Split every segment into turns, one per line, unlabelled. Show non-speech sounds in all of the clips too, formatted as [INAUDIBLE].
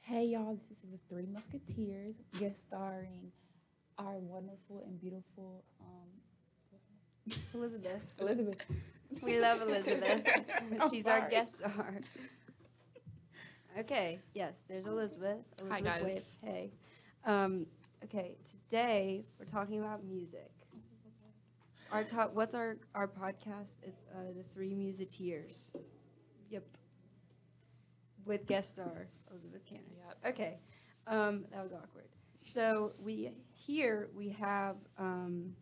Hey y'all, this is the Three Musketeers, guest starring our wonderful and beautiful um,
Elizabeth.
Elizabeth.
We love Elizabeth.
[LAUGHS] I'm
She's our
sorry.
guest star. Okay, yes, there's Elizabeth.
Hi,
Elizabeth Witt.
guys.
Hey. Um, okay, today we're talking about music. Our top, what's our, our podcast? It's uh, the Three Musiteers. Yep. With guest star Elizabeth Cannon.
Yep.
Okay, um, that was awkward. So we here we have um,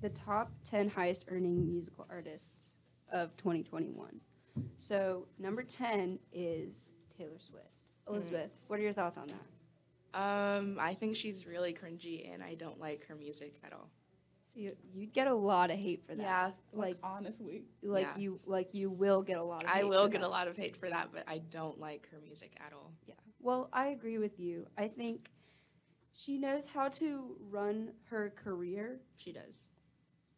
the top ten highest earning musical artists of 2021. So number ten is Taylor Swift.
Mm.
Elizabeth, what are your thoughts on that?
Um, I think she's really cringy, and I don't like her music at all.
See, you'd get a lot of hate for that.
Yeah,
Like,
honestly,
like
yeah.
you, like you will get a lot of.
I
hate
will
for
get
that.
a lot of hate for that, but I don't like her music at all.
Yeah. Well, I agree with you. I think she knows how to run her career,
She does.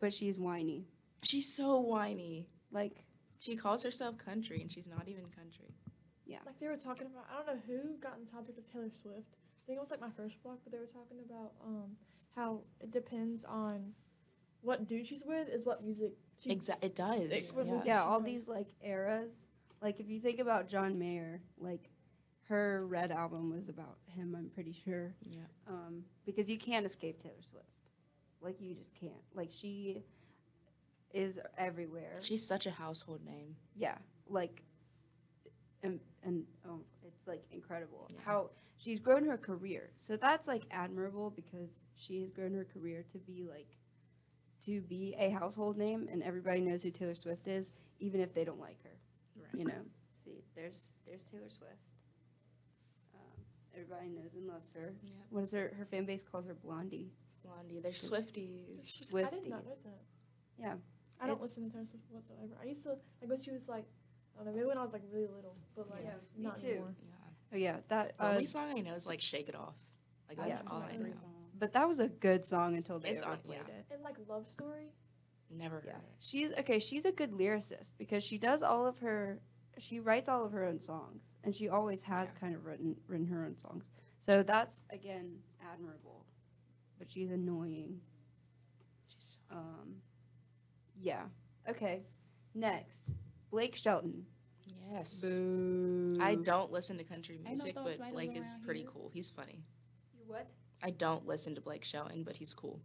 but she's whiny.
She's so whiny.
Like
She calls herself country, and she's not even country.
like they were talking about I don't know who got on the topic of Taylor Swift. I think it was like my first block, but they were talking about um how it depends on what dude she's with is what music she
Exactly. It does.
Like, what was
Yeah.
it?
yeah,
she
all
does.
these like eras. Like if you think about John Mayer, like her Red album was about him. I'm pretty sure.
Yeah.
Um, because you can't escape Taylor Swift. Like you just can't. Like she is everywhere.
She's such a household name.
yeah, like and and oh, it's like incredible
Yeah.
how she's grown her career. So that's like admirable because she has grown her career to be like to be a household name and everybody knows who Taylor Swift is even if they don't like her
Right.
you
[LAUGHS]
know see there's there's taylor swift um, everybody knows and loves her
Yeah.
what is her her fan base calls her blondie
Blondie. They're
She's-
Swifties. [LAUGHS]
I did not know
Swifties.
that.
Yeah,
I don't
it's-
listen to Taylor Swift whatsoever. I used to like when she was like I don't know, maybe when I was like really little, but like
Yeah, me
not
too.
anymore.
Yeah.
oh yeah that
The
uh,
only song I know is like "Shake It Off." Like
Yeah.
that's
That's
all
my
I know.
only
but that was a good song until they
It's on-
overplayed
yeah.
it
And like Love Story.
Never heard
yeah
it.
she's okay she's a good lyricist because she does all of her she writes all of her own songs and she always has
Yeah.
kind of written written her own songs so that's again admirable but she's annoying
She's
Um, yeah. Okay. Next, Blake Shelton.
yes.
Boo.
I don't listen to country music,
those
but
writers
Blake is
around
pretty
here.
cool. He's funny.
You what?
I don't listen to Blake Shelton, but
[LAUGHS]
he's cool.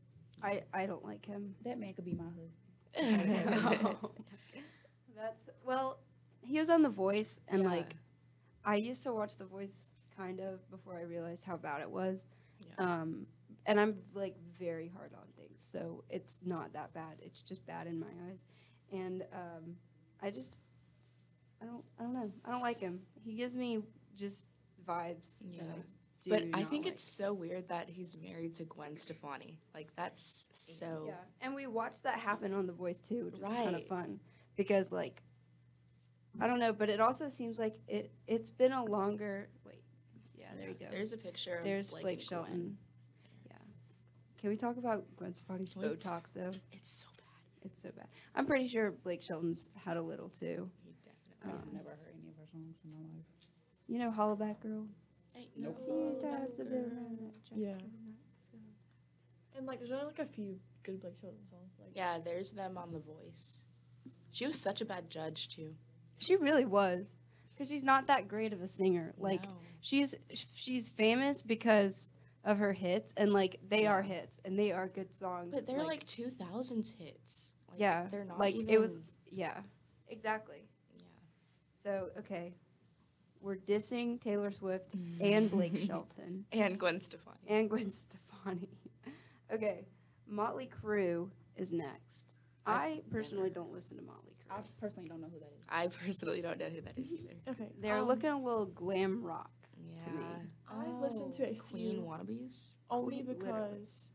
[LAUGHS]
I I don't like him.
that man could be my husband.
[LAUGHS]
That's well. He was on The Voice, and
Yeah.
like, I used to watch The Voice kind of before I realized how bad it was.
Yeah.
Um, and I'm like very hard on things, so it's not that bad. It's just bad in my eyes, and um, I just, I don't, I don't know. I don't like him. He gives me just vibes.
Yeah.
That I do
But I
not
think
like.
it's so weird that he's married to Gwen Stefani. Like that's so
Yeah, and we watched that happen on The Voice too, which was kind of
Right.
fun because like I don't know, but it also seems like it it's been a longer wait. Yeah, there you go.
There's a picture
There's
of Blake,
Blake,
and
Shelton.
Gwen.
Yeah. Can we talk about Gwen Stefani's
Can we-
Botox though?
It's so bad.
It's so bad. I'm pretty sure Blake Shelton's had a little too.
He definitely.
Um,
I've never heard any of her songs in my life.
You know, Hollaback Girl.
Ain't
Nope.
no
He drives a
other.
bit around that track.
Yeah. And like there's only like a few good Blake Shelton songs. Like
Yeah, there's them on The Voice. She was such a bad judge too.
She really was, because she's not that great of a singer. Like.
No.
she's she's famous because of her hits and like they are
Yeah.
hits and they are good songs
but they're like two thousands hits. Like,
Yeah,
they're not
like,
even, [LAUGHS]
it was- yeah exactly
Yeah,
so okay we're dissing taylor swift [LAUGHS] and blake shelton
and Gwen Stefani.
and gwen stefani [LAUGHS] okay motley crue is next i
I've
personally
never-
don't listen to motley
I
crue
personally don't know who that is.
I personally don't know who that is either.
Okay.
they're
um,
looking a little glam rock [LAUGHS]
Yeah,
to me
I've listened to a
Oh,
few
Queen wannabes.
only
Queen,
because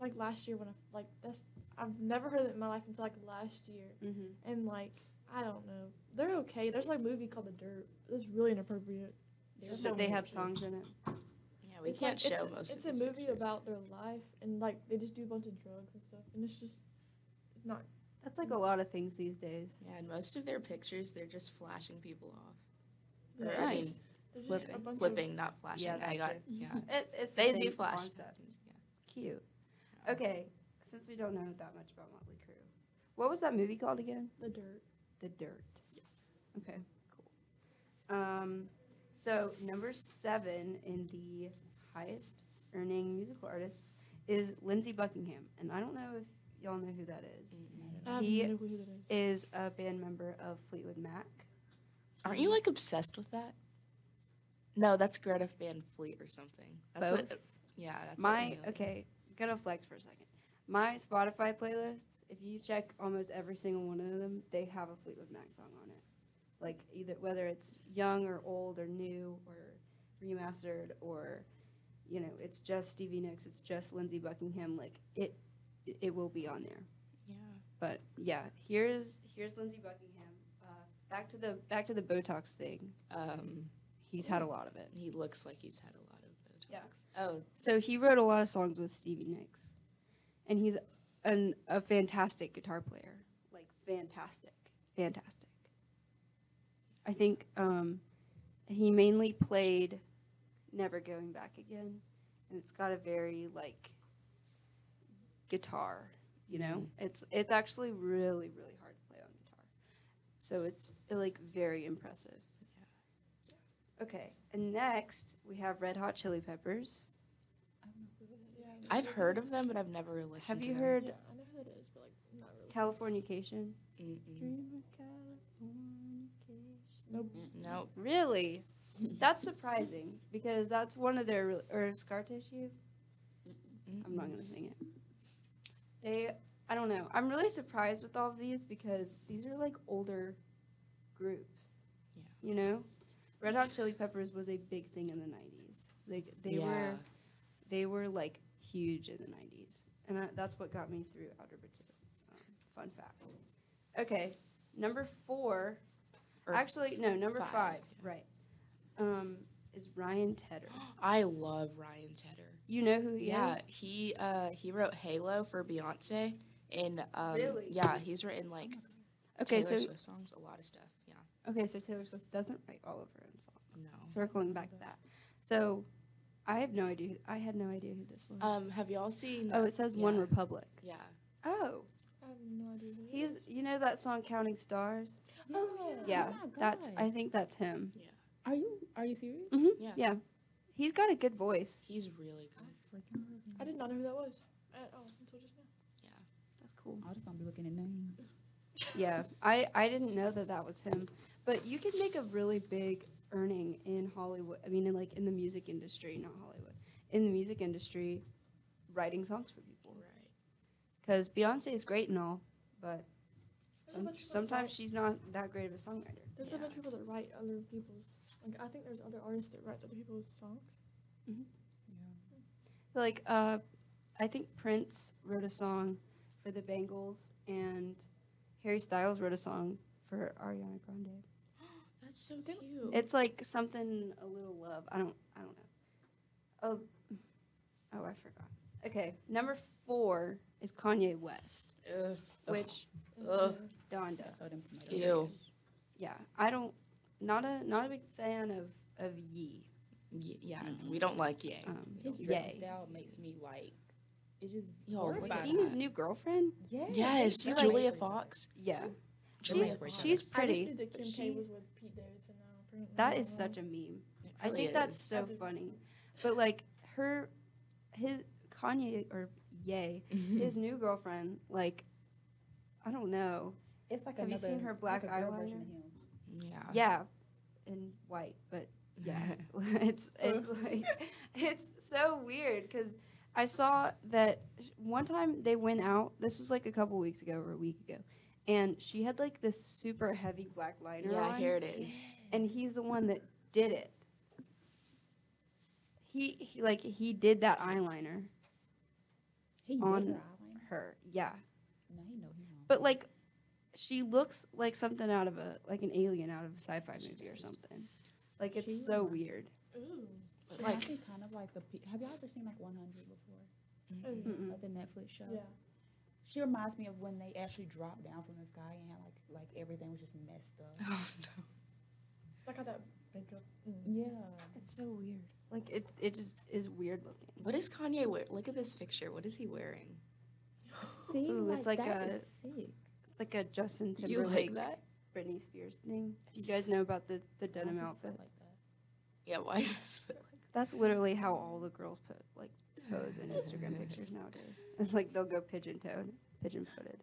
literally.
like last year when I like that's I've never heard it in my life until like last year
mm-hmm.
and like I don't know they're okay there's like a movie called The Dirt it's really inappropriate There's
so
no
they have
pictures.
songs in it
Yeah, we
It's, like,
can't show
it's,
most
it's
of
a
these
movie
pictures.
about their life and like they just do a bunch of drugs and stuff and it's just it's not
that's like a lot of things these days
Yeah, and most of their pictures, they're just flashing people off. Or, I
it's
Nice.
mean,
There's just a
Flipping,
bunch of
flipping, not flashing.
Yeah, that
I got,
too.
yeah.
[LAUGHS] It, it's the
They
same
do flash.
concept. Cute. Okay, since we don't know that much about Motley Crue, what was that movie called again?
the dirt.
The Dirt. Okay, cool. Um, so number seven in the highest earning musical artists is Lindsey Buckingham, and I don't know if y'all know who that is.
I have
He-
no clue who that is.
Is a band member of Fleetwood Mac.
Aren't you like obsessed with that? No, that's Greta Van Fleet or something. That's what. Yeah, that's what
My
Amelia-
okay, gonna flex for a second. My Spotify playlists, if you check almost every single one of them, they have a Fleetwood Mac song on it. Like either whether it's young or old or new or remastered or you know, it's just Stevie Nicks, it's just Lindsey Buckingham, like it it will be on there.
Yeah.
But yeah, here's here's Lindsey Buckingham. Uh, back to the back to the Botox thing.
Um,
He's had a lot of it.
he looks like he's had a lot of Botox.
Yeah.
Oh,
So he wrote a lot of songs with Stevie Nicks, and he's an, a fantastic guitar player. Like fantastic, fantastic. I think um, he mainly played "Never Going Back Again," and it's got a very like guitar. You know, it's it's actually really really hard to play on guitar, so it's like very impressive. Okay, and next we have Red Hot Chili Peppers.
I don't know who that is.
Yeah, I know
I've
who that
heard
is.
of them, but I've never listened.
Have
to
you
them.
heard
Yeah, I know who that is, but like not really.
Californication?
Mm-mm.
Dream of Californication.
Nope.
Nope.
Really? That's surprising because that's one of their re- or scar tissue. I'm not gonna sing it. They, I don't know. I'm really surprised with all of these because these are like older groups.
Yeah.
You know, Red Hot Chili Peppers was a big thing in the '90s. Like they were, they were like huge in the '90s, and I, that's what got me through Algebra Two. Um, fun fact. Okay, number four
Or-
Actually, no, number five,
five,
right, um, is Ryan Tedder.
[GASPS] I love Ryan Tedder.
You know who he
Yeah,
is?
he uh he wrote Halo for Beyonce, and um,
Really?
yeah, he's written like
Okay,
Taylor
so
Swift songs, a lot of stuff. Yeah,
okay, so Taylor Swift doesn't write all of her own songs.
No.
Circling back to that, so I have no idea. Who, I had no idea who this was.
Um, have y'all seen?
oh, it says One
yeah.
Republic.
Yeah.
Oh,
I have no idea who that
he's
is.
you know that song Counting Stars?
Oh,
Yeah,
my
that's
God.
I think that's him.
Are you are you serious?
hmm
Yeah.
yeah, he's got a good voice.
He's really
I
good.
freaking love him.
I did not know who that was at all until just now.
That's cool.
I'm just gonna be looking at names.
Yeah, I, I didn't know that that was him. But you could make a really big earning in Hollywood. I mean, in like in the music industry, not Hollywood. In the music industry, writing songs for people.
Right.
Because Beyonce is great and all, but
There's a
some,
bunch of people that
sometimes
write-
she's not that great of a songwriter.
there's a
yeah.
bunch of people that write other people's. Like I think there's other artists that writes other people's songs.
Like, uh, I think Prince wrote a song for the Bangles, and Harry Styles wrote a song for Ariana Grande.
That's so
They
cute.
don't-
It's like something a little love. I don't. I don't know. Oh, oh, I forgot. Okay, number four is Kanye West,
Ugh.
which
And uh,
Ugh.
they're-
Donda.
Oh, them tomatoes.
Ew.
Yeah, I don't. Not a not a big fan of of Yee.
Y- yeah,
Mm-mm.
we don't like Ye.
Um,
His
Yay.
dressing style makes me like. It just.
Yo,
horrifies
What
Have you
about
seen
me.
his new girlfriend?
Yeah,
yes,
she's like-
Julia Fox.
Yeah,
Julia
she's
Fox.
she's
I just
pretty.
knew that
but
Kim
she-
K was with Pete Davidson. Now, apparently. Uh-huh.
That is such a meme.
It
I
Mm-hmm. really
think that's
is.
so funny. But like her, his Kanye or Yay.
Hmm.
his new girlfriend, like, I don't know.
It's like
Have you
another-
seen her black
like a girl version
eyeliner?
of him.
[LAUGHS] yeah.
Yeah, in white, but
[LAUGHS]
yeah, [LAUGHS] it's it's like [LAUGHS] it's so weird because I saw that sh- one time they went out. This was like a couple weeks ago or a week ago, and she had like this super heavy black liner
yeah,
on,
here it is.
and he's the one that did it. He, he like he did that eyeliner
He
On
on her eyeliner.
her yeah
No, he know he wrong.
But like, she looks like something out of a like an alien out of a sci-fi
She
movie or
does.
something. Like it's
She
so
is.
weird.
Ooh.
But
But
like,
actually kind of like the. pe- Have y'all ever seen like 100 before?
Mm.
Mm-mm.
Like the Netflix show.
Yeah.
She reminds me of when they actually dropped down from the sky and had like like everything was just messed up.
oh no.
Like how that makeup. And,
Yeah.
It's so weird. Like it, it just is weird looking.
[LAUGHS] What is Kanye wear? Look at this picture. What is he wearing?
See,
Ooh,
like,
it's like
that
a-
is sick.
It's like a Justin
You
Timberlake,
like that?
Britney Spears thing. You
It's-
guys know about the the
I
denim
just felt
outfit.
Like that.
Yeah, why is this? [LAUGHS]
That's literally how all the girls put like pose in Instagram pictures nowadays. [LAUGHS] It's like they'll go pigeon toed, pigeon footed.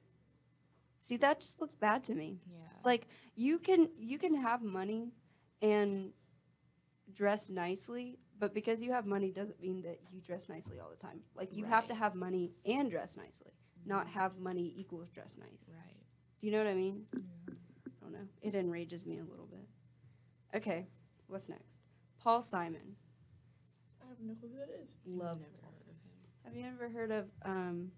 See, that just looks bad to me.
Yeah.
Like you can you can have money and dress nicely, but because you have money doesn't mean that you dress nicely all the time. Like you have to
Right.
have money and dress nicely, not have money equals dress nice.
Right.
Do you know what I mean? I don't know. It enrages me a little bit. Okay, what's next? Paul Simon.
I have no clue who that is.
Love
Never
Paul
heard of
Simon.
him.
Have you ever heard of um?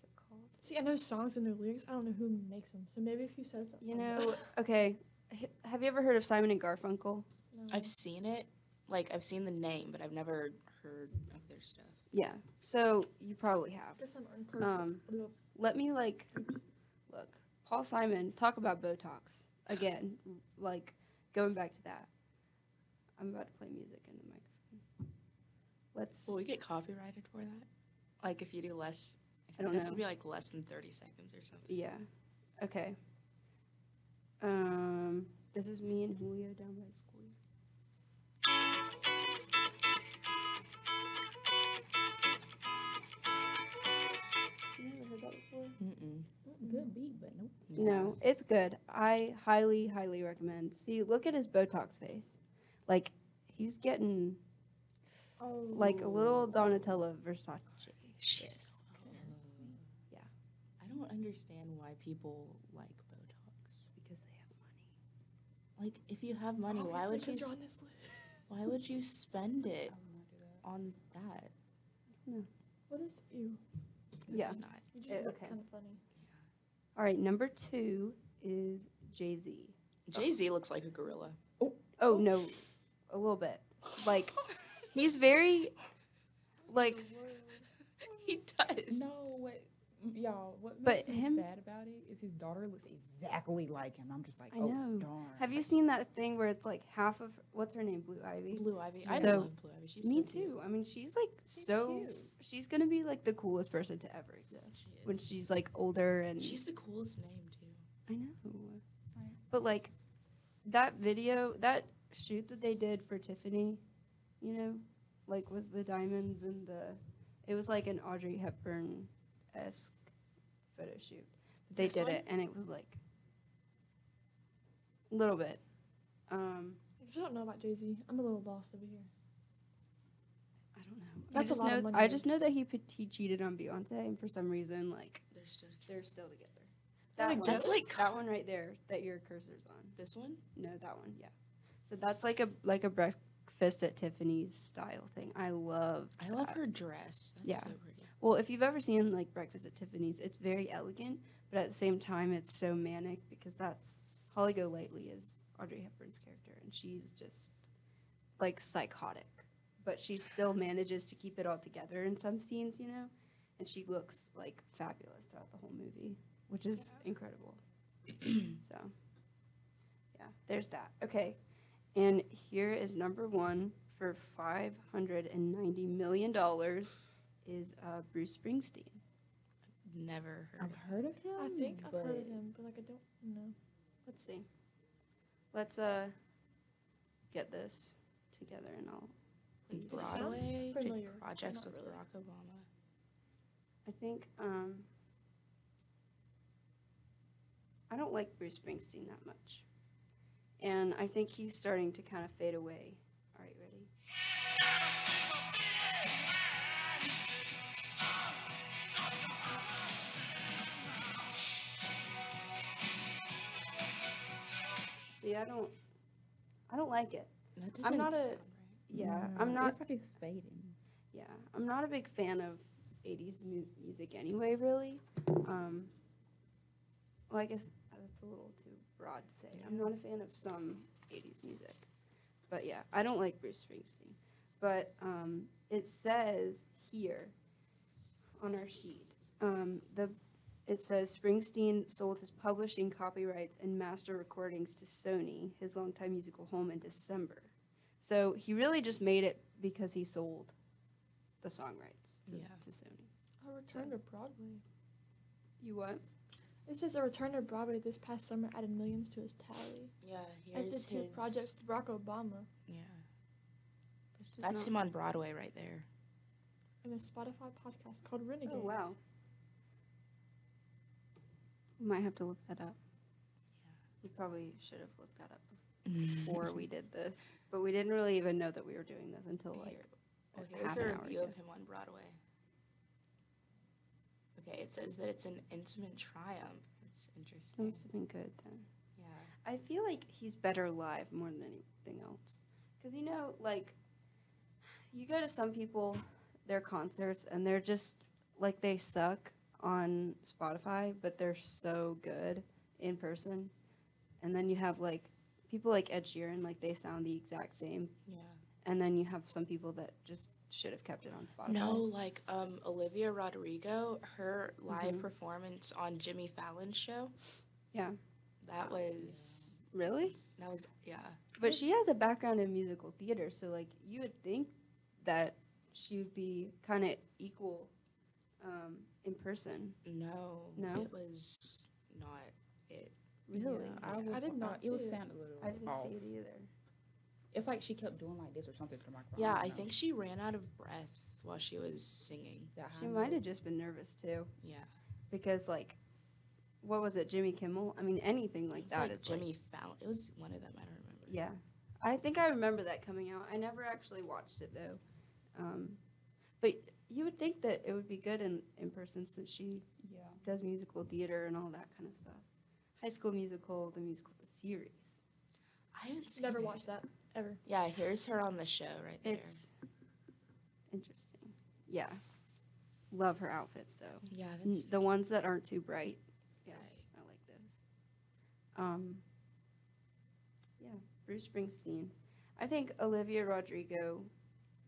What's it called?
See, I know songs and their lyrics. I don't know who makes them. So maybe if you said something,
You
[LAUGHS]
know, okay. h- Have you ever heard of Simon and Garfunkel?
I've seen it. Like I've seen the name, but I've never heard of their stuff.
Yeah. So you probably have.
guess I'm
Um, let me like look. Paul Simon talk about Botox again. Like going back to that. I'm about to play music in the microphone. Let's.
Will we get copyrighted for that? Like if you do less,
I don't
this
know.
would be like less than thirty seconds or something.
Yeah. Okay. Um, this is me and Julio down by the school. You never heard that before?
Mm-mm.
Good beat, but nope.
No, it's good. I highly, highly recommend. See, look at his Botox face. Like, he's getting
Oh,
like a little Donatello Versace.
She's so old.
Yeah.
I don't understand why people like Botox.
because they have money.
Like, if you have money, why would you?
You're
s-
on this list.
Why would you spend
I would
it
not do that.
on that?
What is you?
Yeah.
It's not.
You just
Uh,
look
okay.
kind of funny.
All right, number two is Jay Z.
Jay Z looks like a gorilla.
Oh no, a little bit. Like he's very like
[LAUGHS] he does.
No, what, mm, y'all, what
But
makes me
him-
sad about it is his daughter looks exactly like him. I'm just like,
I
oh,
know.
darn.
have you seen that thing where it's like half of what's her name, Blue Ivy?
Blue Ivy. I
So-
love Blue Ivy. She's
Me
so cute.
too. I mean, she's like so she's going to be like the coolest person to ever exist
She
when
is.
she's like older and
She's the coolest name too.
I know. But like that video, that shoot that they did for Tiffany, you know, like with the diamonds and the, it was like an Audrey Hepburn esque photo shoot. But they
This
did
one?
it, and it was like a little bit. Um,
I just don't know about Jay Z. I'm a little lost over here.
I don't know.
That's a
I just
lot
know,
of money.
I just know that he pe- he cheated on Beyonce, and for some reason, like
They're still cute.
they're still together.
Oh my
That one,
That's like
that one right there that your cursor's on.
this one.
No, that one, yeah. So that's like a like a breakfast at Tiffany's style thing. I love.
I love
that.
her dress. That's
Yeah.
so pretty.
Well, if you've ever seen like Breakfast at Tiffany's, it's very elegant, but at the same time, it's so manic because that's Holly Golightly is Audrey Hepburn's character, and she's just like psychotic, but she still manages to keep it all together in some scenes, you know. And she looks like fabulous throughout the whole movie, which is incredible. [CLEARS THROAT] so, yeah, there's that. Okay, and here is number one for five hundred and ninety million dollars is uh, Bruce Springsteen.
Never heard.
I've
of
heard of him.
I think I've heard of
but-
him, but like I don't know.
Let's see. Let's uh get this together and I'll.
In
It sounds
Broadway did
familiar, but
projects
not
with
really.
Barack Obama.
I think um I don't like Bruce Springsteen that much. And I think he's starting to kind of fade away. All right, ready? See, I don't I don't like it.
That doesn't
not a-
sound right.
Yeah,
No,
I'm not
It's like he's fading.
yeah, I'm not a big fan of 80s mu- music anyway, really. Um, well, I guess that's a little too broad to say. I'm not a fan of some 80s music. But yeah, I don't like Bruce Springsteen. But um, it says here on our sheet um, the it says Springsteen sold his publishing copyrights and master recordings to Sony, his longtime musical home, in December. So he really just made it because he sold the song rights to,
Yeah.
to Sony.
A return to Broadway.
You what?
It says a return to Broadway this past summer added millions to his tally.
Yeah,
As
here's
did two
his.
projects with Barack Obama
Yeah,
This does
that's
not-
him on Broadway right
[LAUGHS]
there.
and a Spotify podcast called Renegade.
Oh wow. We might have to look that up. We probably should have looked that up before we did this, but we didn't really even know that we were doing this until like
Here. Well,
a
here's
half
a
an hour
review
ago.
of him on Broadway. Okay, it says that it's an intimate triumph. That's
That
interesting.
must have been good then.
Yeah.
I feel like he's better live more than anything else. Because, you know, like, you go to some people, their concerts, and they're just, like, they suck on Spotify, but they're so good in person. And then you have, like, people like Ed Sheeran, like, they sound the exact same.
Yeah.
And then you have some people that just should have kept it on Spotify.
No, like um Olivia Rodrigo, her live
Mhm.
performance on Jimmy Fallon's show.
Yeah.
That was
Really?
that was yeah.
But she has a background in musical theater, so, like, you would think that she would be kind of equal um, in person.
No.
No?
It was not it.
Really?
Yeah.
I, was,
I did not
It would
see it.
sound a little
I didn't
off.
see it either.
It's like she kept doing like this or something to the microphone.
Yeah,
don't
I
know.
think she ran out of breath while she was singing.
That
She
high
might
note.
have just been nervous too,
Yeah.
because like, what was it, Jimmy Kimmel? I mean, anything
It
like
was,
that is
like Jimmy Fallon. It was one of them, I don't remember.
yeah, I think I remember that coming out. I never actually watched it though, um, but you would think that it would be good in in person since she
Yeah.
does musical theater and all that kind of stuff. High School Musical, the musical the series.
I haven't seen
Never
it.
watched that ever.
Yeah, here's her on the show right there.
It's interesting. Yeah, love her outfits though.
yeah,
N-
that's
The ones that aren't too bright. Yeah.
right.
I like those. Um, yeah, Bruce Springsteen. I think Olivia Rodrigo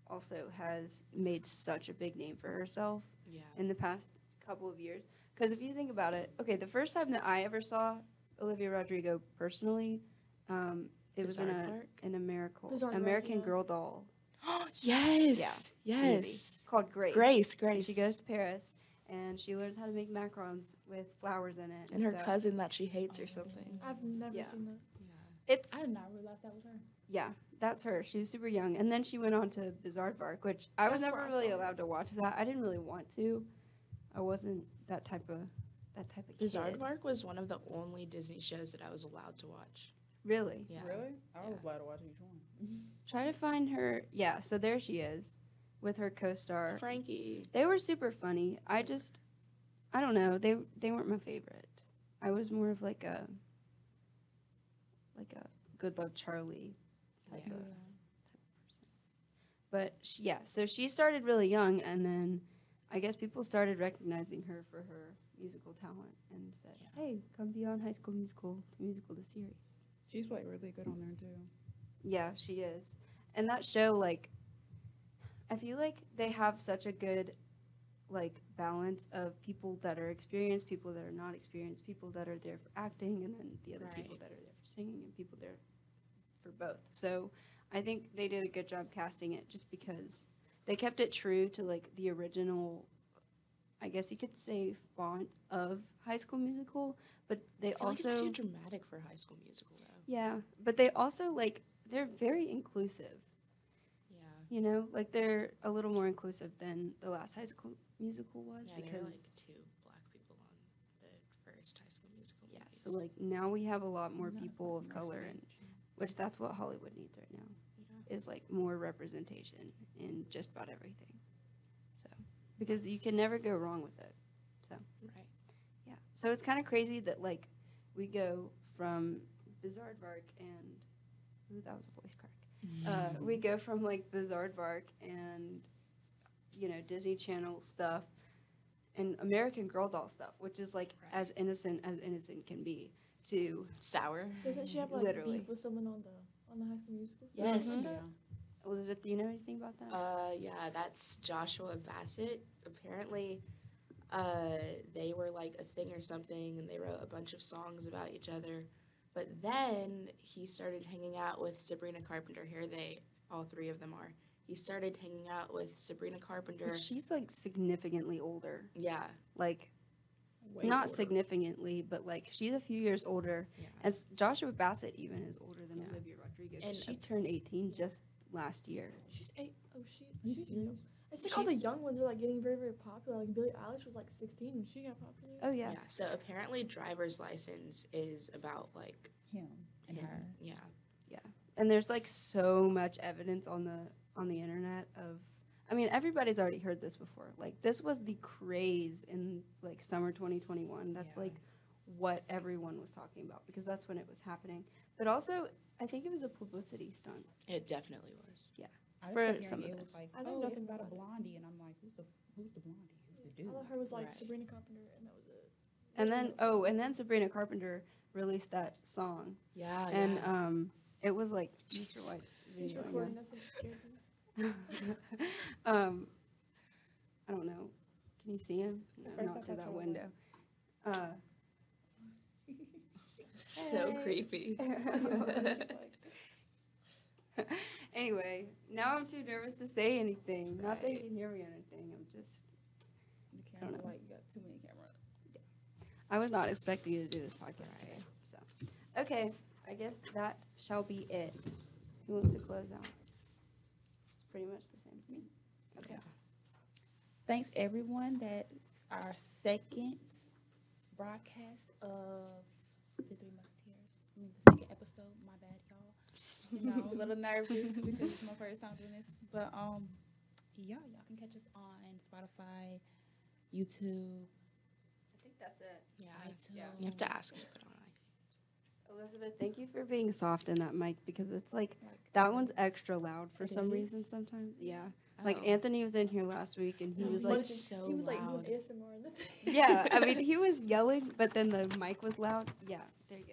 also has made such a big name for herself
Yeah.
in the past couple of years. Because if you think about it, okay, the first time that I ever saw Olivia Rodrigo personally, um, it was in
Bizarre [GASPS]
a,
Park?
in a miracle,
Bizarre Park,
American
yeah.
Girl doll
yes.
movie
Yes.
called Grace.
Grace,
And
Grace.
she goes to Paris and she learns how to make macarons with flowers in it.
and her
stuff.
cousin that she hates or something.
I've never
Yeah.
seen that.
It's
I did not realize that was her.
Yeah, that's her. She was super young, and then she went on to Bizarre Bark, which I was
That's
never
where I
really
saw it.
allowed to watch that. I didn't really want to. I wasn't that type of that type of
Bizarre
kid.
Park was one of the only Disney shows that I was allowed to watch.
Really,
Yeah.
Really? I
Yeah.
was glad to watch each one.
try to find her. Yeah, so there she is with her co-star.
Frankie.
They were super funny. I just, I don't know. They they weren't my favorite. I was more of like a like a Good Luck Charlie type
Yeah.
of But she, yeah, so she started really young, and then I guess people started recognizing her for her musical talent and said,
Yeah.
"Hey, come be on High School Musical, the musical, the series."
She's like really good on there too.
Yeah, she is, and that show like, I feel like they have such a good like balance of people that are experienced, people that are not experienced, people that are there for acting, and then the other people
Right.
that are there for singing, and people there for both. So I think they did a good job casting it, just because they kept it true to like the original. I guess you could say font of High School Musical, but they
I feel like
also
it's too dramatic for High School Musical though.
yeah, but they also like they're very inclusive.
Yeah.
You know, like they're a little more inclusive than the last High School Musical was
Yeah, there
because
were like two black people on the first High School Musical.
yeah,
movies.
so like now we have a lot more
No, it's
people
like
of
most
color, and which that's what Hollywood needs right now
Yeah.
is like more representation in just about everything. So because you can never go wrong with it.
right.
Yeah. So it's kind of crazy that like we go from Bizarre Vark and ooh, that was a voice crack. uh, we go from like the Zardvark and you know Disney Channel stuff and American Girl doll stuff, which is like
Right.
as innocent as innocent can be. To
Sour.
Doesn't she have like
Literally.
beef with someone on the on the High School Musical?
Yes.
Yeah.
Elizabeth, do you know anything about that?
Uh, yeah, that's Joshua Bassett. Apparently, uh, they were like a thing or something, and they wrote a bunch of songs about each other. But then he started hanging out with Sabrina Carpenter. Here they, all three of them are. He started hanging out with Sabrina Carpenter.
She's like significantly older.
Yeah,
Like
Way
not
older.
significantly, but like she's a few years older.
yeah.
As Joshua Bassett even is older than
Yeah.
Olivia Rodrigo. 'cause
And,
she
uh,
turned 18 just last year.
She's eight. Oh, she.
Are you
She's
serious?
young. It's like all
She-
the young ones are like getting very, very popular. Like Billie Eilish was like 16 when she got popular.
Oh yeah.
yeah, So apparently, driver's license is about like
him and
him.
her.
Yeah,
And there's like so much evidence on the on the internet of I mean everybody's already heard this before. Like this was the craze in like summer 2021. That's
Yeah.
like what everyone was talking about because that's when it was happening. But also I think it was a publicity stunt.
it definitely was.
I just
For
kept hearing
some of
it
us.
was like,
I know
oh, it's
nothing
about a
about it.
blondie, and I'm like, who's the who's the blondie? Who's the dude?
All of her was like
Right.
Sabrina Carpenter, and that was it.
And then oh, and then Sabrina Carpenter released that song,
Yeah,
and
Oh, yeah.
um, it was like Mr.
Jeez.
White's
He's
video. I
recording. That's what scared me.
know. [LAUGHS] um, I don't know. Can you see him? No,
first I
not through
thought
that
you were
window. Uh,
so
Hey.
creepy.
Uh,
[LAUGHS] He's like,
[LAUGHS] anyway, now I'm too nervous to say anything. Not that you
Right.
can hear me or anything. I'm just.
The
I don't
camera,
know.
like, you got too many cameras.
I was not expecting you to do this podcast today. So, okay. I guess that shall be it. Who wants to close out? It's pretty much the same for me. Okay.
Thanks everyone. That's our second broadcast of the Three Musketeers. I mean, the second episode. My bad, y'all. You know, I'm a little nervous because it's my first time doing this. But um, yeah, y'all can catch us on Spotify, YouTube,
I think that's it.
Uh, Yeah,
iTunes.
you have to ask me to put on.
Elizabeth, thank you for being soft in that mic because it's like
Like,
that one's extra loud for
It
some reason
is?
sometimes. Yeah.
I
Like
don't know.
Anthony was in here last week and he
No,
was
he
like,
was- [LAUGHS]
so
he was like
loud.
doing ASMR and the thing. [LAUGHS]
yeah, I mean, he was yelling, but then the mic was loud. Yeah, there you go.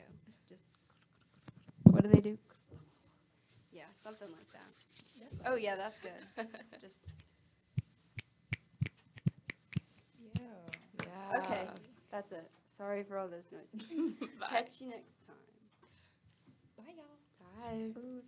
Just what do they do? Yeah, something like that.
That's
Oh, yeah, that's good. Just
yeah.
yeah.
okay. uh, that's it. Sorry for all those noises.
[LAUGHS] Bye.
Catch you next time.
Bye, y'all.
Bye.
Ooh,